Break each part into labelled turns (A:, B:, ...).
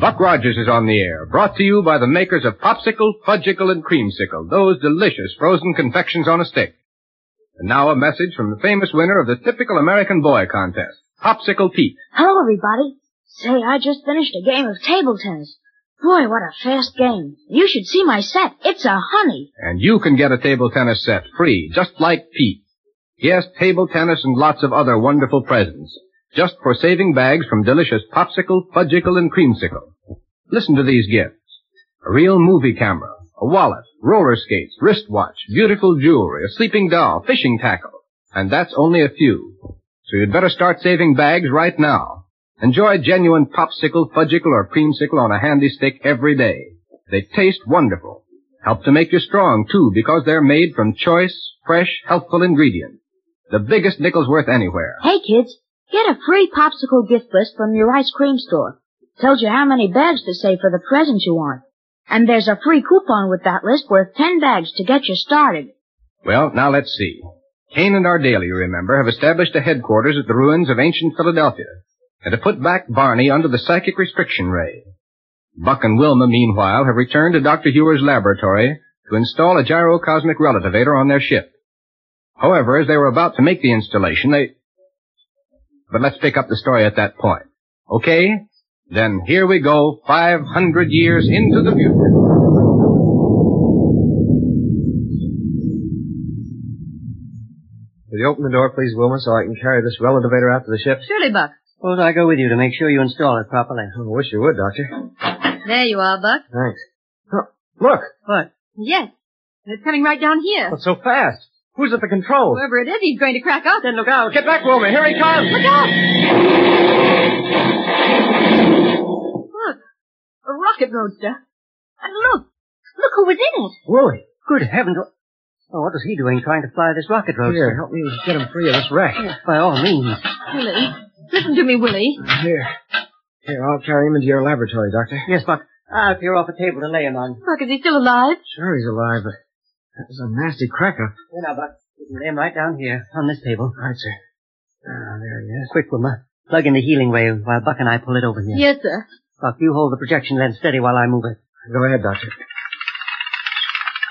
A: Buck Rogers is on the air, brought to you by the makers of Popsicle, Fudgicle, and Creamsicle, those delicious frozen confections on a stick. And now a message from the famous winner of the Typical American Boy contest, Popsicle Pete.
B: Hello, everybody. Say, I just finished a game of table tennis. Boy, what a fast game. You should see my set. It's a honey.
A: And you can get a table tennis set free, just like Pete. Yes, table tennis and lots of other wonderful presents. Just for saving bags from delicious popsicle, fudgicle, and creamsicle. Listen to these gifts. A real movie camera, a wallet, roller skates, wristwatch, beautiful jewelry, a sleeping doll, fishing tackle. And that's only a few. So you'd better start saving bags right now. Enjoy genuine popsicle, fudgicle, or creamsicle on a handy stick every day. They taste wonderful. Help to make you strong, too, because they're made from choice, fresh, healthful ingredients. The biggest nickel's worth anywhere.
B: Hey, kids, get a free popsicle gift list from your ice cream store. Tells you how many bags to save for the presents you want. And there's a free coupon with that list worth 10 bags to get you started.
A: Well, now let's see. Kane and Ardalia, you remember, have established a headquarters at the ruins of ancient Philadelphia, and have put back Barney under the psychic restriction ray. Buck and Wilma, meanwhile, have returned to Dr. Hewer's laboratory to install a gyrocosmic relativator on their ship. However, as they were about to make the installation, they... But let's pick up the story at that point. Okay? Then here we go, 500 years into the future.
C: Will you open the door, please, Wilma, so I can carry this relativator out to the ship?
D: Surely, Buck.
E: Suppose I go with you to make sure you install it properly.
C: I wish you would, Doctor.
D: There you are, Buck.
C: Thanks. Oh, look!
E: What?
D: Yes. It's coming right down here.
C: It's so fast. Who's at the controls?
D: Whoever it is, he's going to crack out.
C: Then look out. Get back, Wilma. Here he comes.
D: Look out! Look. A rocket roadster. And look. Look who was in it.
C: Willie,
E: Good heavens. what- Oh, what was he doing trying to fly this rocket roadster?
C: here, help me get him free of this wreck.
E: Yes, by all means.
D: Willie. Listen to me, Willie.
C: Here. Here, I'll carry him into your laboratory, Doctor.
E: Yes, Buck. I'll clear off a table to lay him on.
D: Buck, is he still alive?
C: Sure he's alive, but that was a nasty cracker.
E: Here now, Buck. You can lay him right down here, on this table.
C: All right, sir. Ah, there he is.
E: Quick, Wilma. Plug in the healing wave while Buck and I pull it over here.
D: Yes, sir.
E: Buck, you hold the projection lens steady while I move it.
C: Go ahead, Doctor.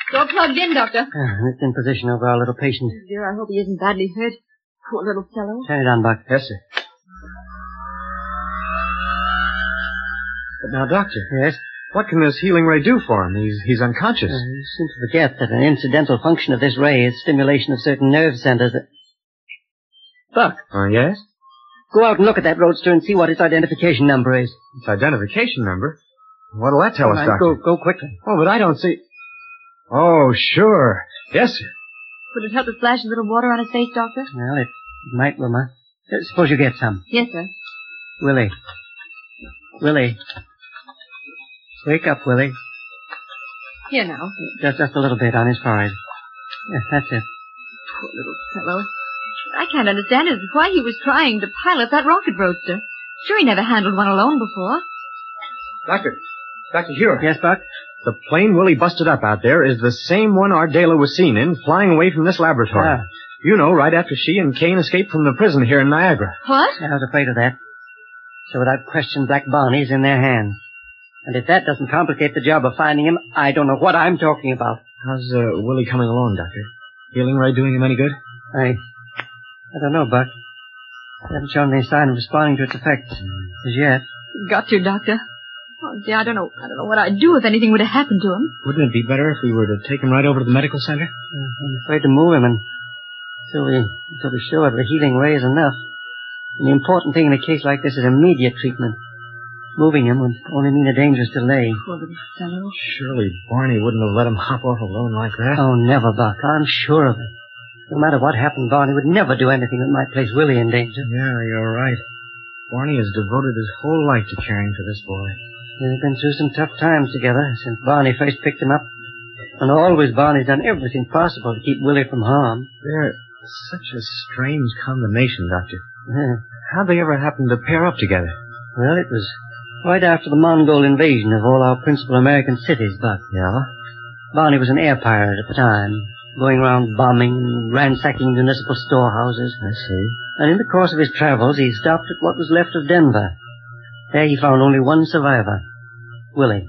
D: It's all plugged in, Doctor.
E: Ah, and it's in position over our little patient.
D: Dear, I hope he isn't badly hurt. Poor little fellow.
E: Turn it on, Buck.
C: Yes, sir. But now, Doctor,
E: Yes?
C: what can this healing ray do for him? He's he's unconscious.
E: Uh, you seem to forget that an incidental function of this ray is stimulation of certain nerve centers that... Buck,
C: Uh, yes?
E: go out and look at that roadster and see what its identification number is.
C: Its identification number. What'll that tell
E: All
C: us,
E: right,
C: Doctor?
E: go, go quickly.
C: Oh, but I don't see. Oh, sure. Yes, sir.
D: Would it help to splash a little water on his face, Doctor?
E: Well, it might, Wilma. Uh, Suppose you get some.
D: Yes, sir.
E: Willie. Willie. Wake up, Willie.
D: Here now.
E: Just, just a little bit on his forehead. Yes, that's it.
D: Poor little fellow. I can't understand it. Why he was trying to pilot that rocket roadster. Sure, he never handled one alone before.
C: Doctor. Doctor Hewer.
E: Yes, Buck?
C: The plane Willie busted up out there is the same one Ardela was seen in, flying away from this laboratory.
E: Ah.
C: You know, right after she and Kane escaped from the prison here in Niagara.
D: What?
E: I was afraid of that. So without question, Black Barney's in their hands. And if that doesn't complicate the job of finding him, I don't know what I'm talking about.
C: How's uh, Willie coming along, Doctor? Healing Ray doing him any good?
E: I... I don't know, Buck. They haven't shown any sign of responding to its effects as yet.
D: Got you, Doctor. Oh, dear, I don't know. I don't know what I'd do if anything were to happen to him.
C: Wouldn't it be better if we were to take him right over to the medical center?
E: Uh, I'm afraid to move him and until we, until we show that the healing ray is enough. And the important thing in a case like this is immediate treatment. Moving him would only mean a dangerous delay.
D: Poor little fellow.
C: Surely Barney wouldn't have let him hop off alone like that.
E: Oh, never, Buck. I'm sure of it. No matter what happened, Barney would never do anything that might place Willie in danger.
C: Yeah, you're right.
A: Barney has devoted his whole life to caring for this boy.
E: We've been through some tough times together since Barney first picked him up. And always Barney's done everything possible to keep Willie from harm.
A: They're such a strange combination, Doctor. How'd they ever happen to pair up together?
E: Well, it was right after the Mongol invasion of all our principal American cities, Buck.
A: Yeah?
E: Barney was an air pirate at the time, going around bombing and ransacking municipal storehouses.
A: I see.
E: And in the course of his travels, he stopped at what was left of Denver. There he found only one survivor, Willie.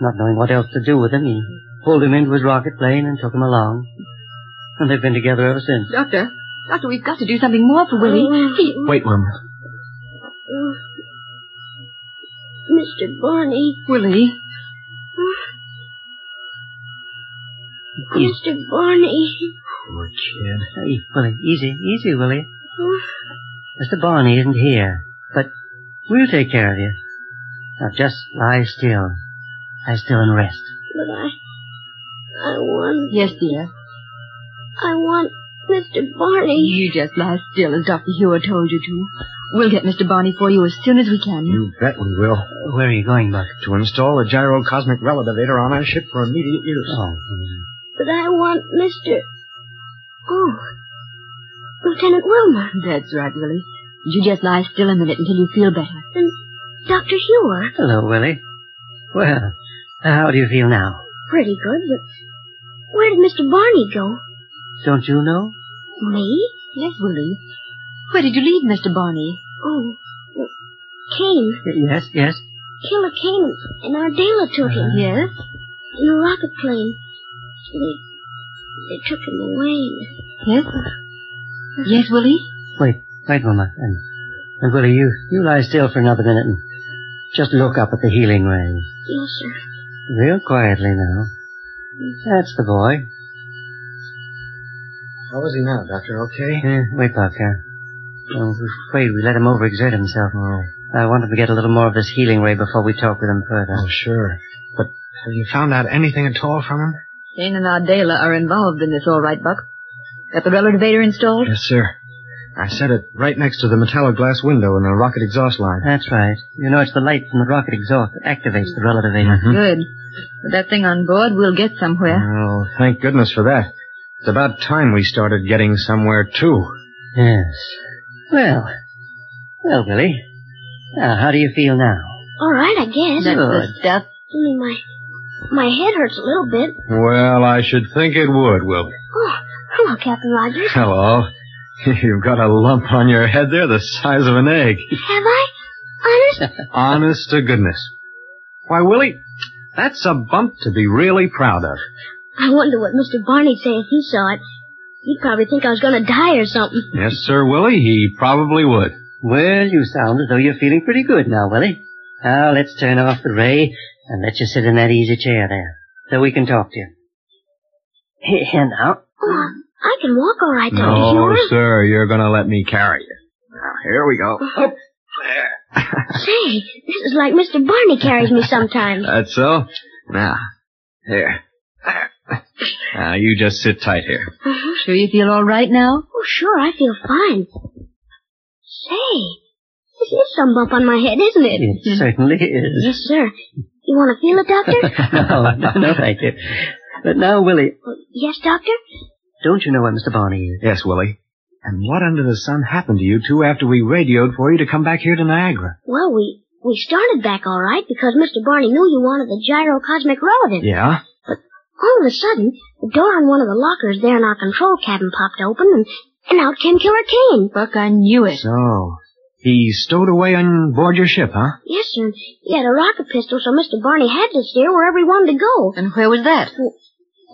E: Not knowing what else to do with him, he pulled him into his rocket plane and took him along. And they've been together ever since.
F: Doctor, Doctor, we've got to do something more for Willie.
D: Oh.
F: He...
A: Wait one minute.
D: Mr. Barney,
F: Willie.
D: Mr. Barney.
A: Poor kid.
E: Hey, Willie, easy, easy, Willie. Mr. Barney isn't here, but we'll take care of you. Now just lie still. Lie still and rest.
D: But I, I want,
F: Yes, dear.
D: I want Mr. Barney.
F: You just lie still as Dr. Hewer told you to. We'll get Mr. Barney for you as soon as we can.
A: You bet we will.
E: Where are you going, Buck?
A: To install a gyrocosmic relativator on our ship for immediate use.
E: Oh,
D: But I want Mr. Oh, Lieutenant Wilmer
F: That's right, Willie. You just lie still a minute until you feel better.
D: and Dr. Hewer.
E: hello, Willie. Well, how do you feel now?
D: Pretty good, but where did Mr. Barney go?
E: Don't you know?
D: Me?
F: Yes, Willie. Where did you leave Mr. Barney?
D: Oh, Kane.
E: Yes, yes.
D: Killer Kane and Ardela took him.
F: Uh-huh. Yes?
D: In a rocket plane. They, they took him away.
F: Yes? Yes, Willie?
E: Wait, wait, Wilma. And, and Willie, you, you lie still for another minute and just look up at the healing rays.
D: Yes, sir.
E: Real quietly now. That's the boy.
A: How is he now, Doctor? Okay?
E: Eh, wait, Buck. Uh, I'm afraid we let him overexert himself.
A: Oh.
E: I want him to get a little more of this healing ray before we talk with him further.
A: Oh, sure. But have you found out anything at all from him?
F: Shane and Ardela are involved in this, all right, Buck. Got the relativator installed?
E: Mm-hmm.
A: Yes, sir. I set it right next to the metallic glass window in the rocket exhaust line.
E: That's right. You know, it's the light from the rocket exhaust that activates the relativator.
A: Mhm.
F: Good. With that thing on board, we'll get somewhere.
A: Well, thank goodness for that. It's about time we started getting somewhere, too.
E: Yes. Well, well, Willie. Now, how do you feel now?
D: All right, I guess.
F: That's the
E: Mm-hmm. good.
F: stuff.
D: Only my my head hurts a little bit.
A: Well, I should think it would, Will.
D: Oh, hello, Captain Rogers.
A: Hello. You've got a lump on your head there the size of an egg.
D: Have I? Honest?
A: Honest to goodness. Why, Willie, that's a bump to be really proud of.
D: I wonder what Mr. Barney'd say if he saw it. He'd probably think I was going to die or something.
A: Yes, sir, Willie, he probably would.
E: Well, you sound as though you're feeling pretty good now, Willie. Now, let's turn off the ray and let you sit in that easy chair there so we can talk to you. Here now.
D: Oh, I can walk all right, Dr.
A: No,
D: Hewer.
A: sir, you're gonna let me carry you. Now, here we go. Up there.
D: Say, this is like Mr. Barney carries me sometimes.
A: That's so. Now, here. Now, you just sit tight here.
F: Sure you feel all right now?
D: Uh-huh. Oh, sure, I feel fine. Say, this is some bump on my head, isn't it?
E: It certainly is.
D: Yes, sir. You want to feel it, Doctor?
E: no, no, no, thank you. But now, Willie,
D: yes, Doctor?
E: don't you know where Mr. Barney is?
A: Yes, Willie. And what under the sun happened to you two after we radioed for you to come back here to Niagara?
D: Well, we we started back all right because Mr. Barney knew you wanted the gyrocosmic relative.
A: Yeah?
D: All of a sudden, the door on one of the lockers there in our control cabin popped open, and, and out came Killer Kane.
F: Buck, I knew it.
A: So, he stowed away on board your ship, huh?
D: Yes, sir. He had a rocket pistol, so Mr. Barney had to steer wherever he wanted to go.
F: And where was that?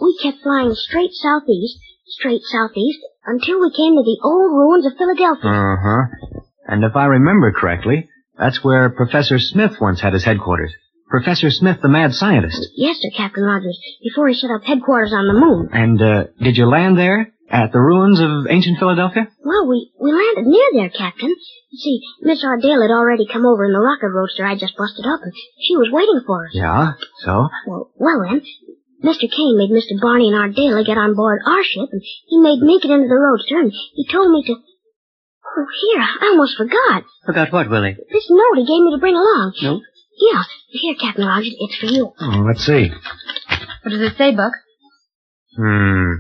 D: We kept flying straight southeast, straight southeast, until we came to the old ruins of Philadelphia.
A: Uh huh. And if I remember correctly, that's where Professor Smith once had his headquarters. Professor Smith, the mad scientist.
D: Yes, sir, Captain Rogers, before he set up headquarters on the moon.
A: And, uh, did you land there? At the ruins of ancient Philadelphia?
D: Well, we, we landed near there, Captain. You see, Miss Ardale had already come over in the rocket roadster I just busted up, and she was waiting for us.
A: Yeah, so?
D: Well, well then, Mr. Kane made Mr. Barney and Ardale get on board our ship, and he made me get into the roadster, and he told me to... Oh, here, I almost forgot.
E: Forgot what, Willie?
D: This note he gave me to bring along.
E: Note?
D: Yeah. Here, Captain Lodge, it's for you.
A: Oh, let's see.
F: What does it say, Buck?
A: Hmm.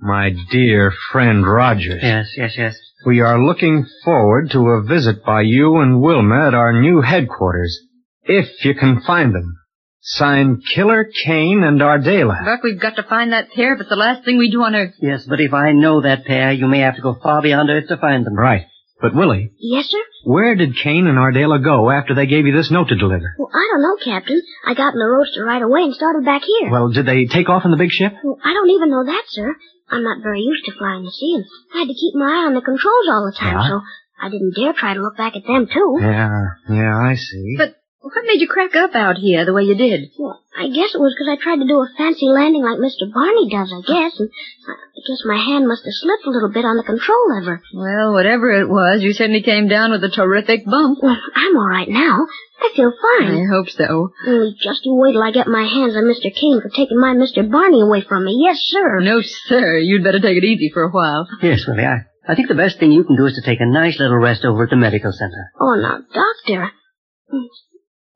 A: My dear friend Rogers.
E: Yes, yes, yes.
A: We are looking forward to a visit by you and Wilma at our new headquarters, if you can find them. Signed Killer Kane and Ardela.
F: Buck, we've got to find that pair if it's the last thing we do on earth.
E: Yes, but if I know that pair, you may have to go far beyond Earth to find them.
A: Right. But Willie,
D: Yes, sir?
A: where did Kane and Ardela go after they gave you this note to deliver?
D: Well, I don't know, Captain. I got in the roadster right away and started back here.
A: Well, did they take off in the big ship?
D: Well, I don't even know that, sir. I'm not very used to flying the sea, and I had to keep my eye on the controls all the time,
A: Yeah.
D: so I didn't dare try to look back at them, too.
A: Yeah, yeah, I see.
F: But what made you crack up out here the way you did?
D: Well, I guess it was because I tried to do a fancy landing like Mr. Barney does, I guess, and I I guess my hand must have slipped a little bit on the control lever.
F: Well, whatever it was, you certainly came down with a terrific bump.
D: Well, I'm all right now. I feel
F: I
D: fine.
F: hope so.
D: Only just you wait till I get my hands on Mr. Kane for taking my Mr. Barney away from me. Yes, sir.
F: No, sir. You'd better take it easy for a while.
E: Yes, Willie, I, I think the best thing you can do is to take a nice little rest over at the medical center.
D: Oh, now, Doctor.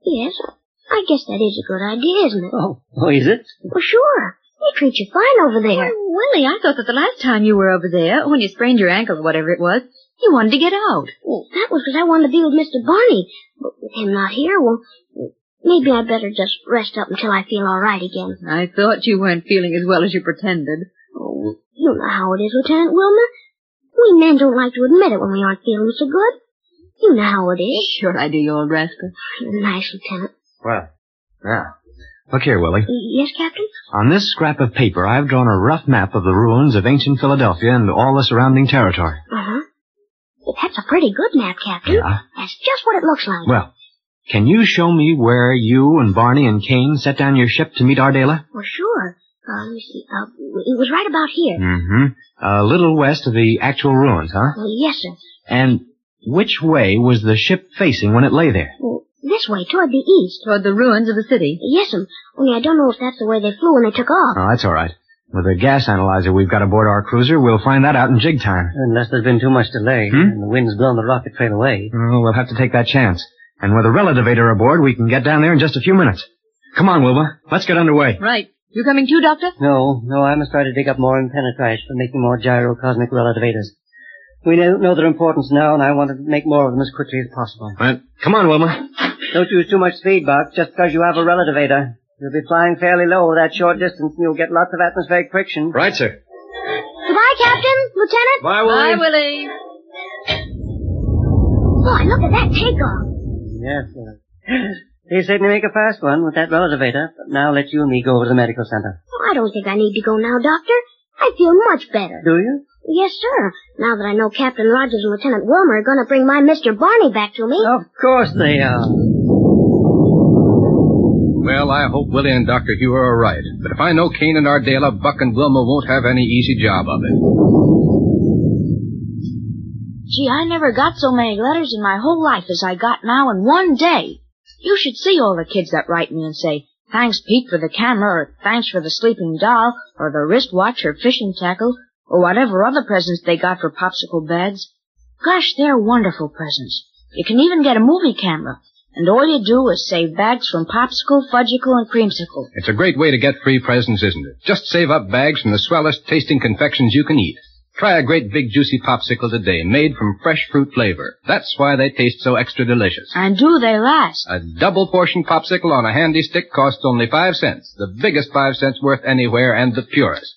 D: Yes, I guess that is a good idea, isn't it?
E: Oh, oh, is it?
D: Well, sure. They treat you fine over there.
F: Willie, I thought that the last time you were over there, when you sprained your ankle or whatever it was, you wanted to get out.
D: Well, that was because I wanted to be with Mr. Barney. But with him not here, well, maybe I better just rest up until I feel all right again.
F: I thought you weren't feeling as well as you pretended.
D: Oh, you know how it is, Lieutenant Wilmer. We men don't like to admit it when we aren't feeling so good. You know how it is.
F: Sure I do, you old rascal.
D: Nice, Lieutenant.
A: Well, yeah. Look here, Willie.
D: Yes, Captain?
A: On this scrap of paper, I've drawn a rough map of the ruins of ancient Philadelphia and all the surrounding territory.
D: Uh-huh. That's a pretty good map, Captain.
A: Yeah.
D: That's just what it looks like.
A: Well, can you show me where you and Barney and Kane set down your ship to meet Ardela?
D: Well, sure. Uh, let me see. Uh, it was right about here.
A: Mm-hmm. A little west of the actual ruins, huh?
D: Uh, yes, sir.
A: And which way was the ship facing when it lay there?
D: Well, this way, toward the east.
F: Toward the ruins of the city.
D: Yes, sir. Only I don't know if that's the way they flew when they took off.
A: Oh, that's all right. With a gas analyzer we've got aboard our cruiser, we'll find that out in jig time.
E: Unless there's been too much delay
A: Hmm?
E: and the wind's blown the rocket trail away.
A: Oh, we'll have to take that chance. And with a relativator aboard, we can get down there in just a few minutes. Come on, Wilbur. Let's get underway.
F: Right. You coming too, Doctor?
E: No, no, I must try to dig up more impenetrites for making more gyrocosmic relativators. We know, know their importance now, and I want to make more of them as quickly as possible.
A: Right. Come on, Wilma.
E: Don't use too much speed, Buck, just because you have a relativator. You'll be flying fairly low that short distance, and you'll get lots of atmospheric friction.
A: Right, sir.
D: Goodbye, Captain, Lieutenant.
A: Bye,
F: Bye, Willie.
D: Boy, look at that takeoff.
E: Yes, sir. They certainly make a fast one with that relativator, but now let you and me go over to the medical center.
D: Oh, I don't think I need to go now, Doctor. I feel much better.
E: Do you?
D: Yes, sir. Now that I know Captain Rogers and Lieutenant Wilmer are going to bring my Mr. Barney back to me.
E: Of course they are.
G: Well, I hope Willie and Dr. Hewer are right. But if I know Kane and Ardela, Buck and Wilma won't have any easy job of it.
B: Gee, I never got so many letters in my whole life as I got now in one day. You should see all the kids that write me and say, thanks Pete for the camera, or thanks for the sleeping doll, or the wristwatch, or fishing tackle, or whatever other presents they got for popsicle bags. Gosh, they're wonderful presents. You can even get a movie camera. And all you do is save bags from popsicle, fudgicle, and creamsicle.
G: It's a great way to get free presents, isn't it? Just save up bags from the swellest tasting confections you can eat. Try a great big juicy popsicle today, made from fresh fruit flavor. That's why they taste so extra delicious.
B: And do they last?
G: A double portion popsicle on a handy stick costs only five cents. The biggest five cents worth anywhere and the purest.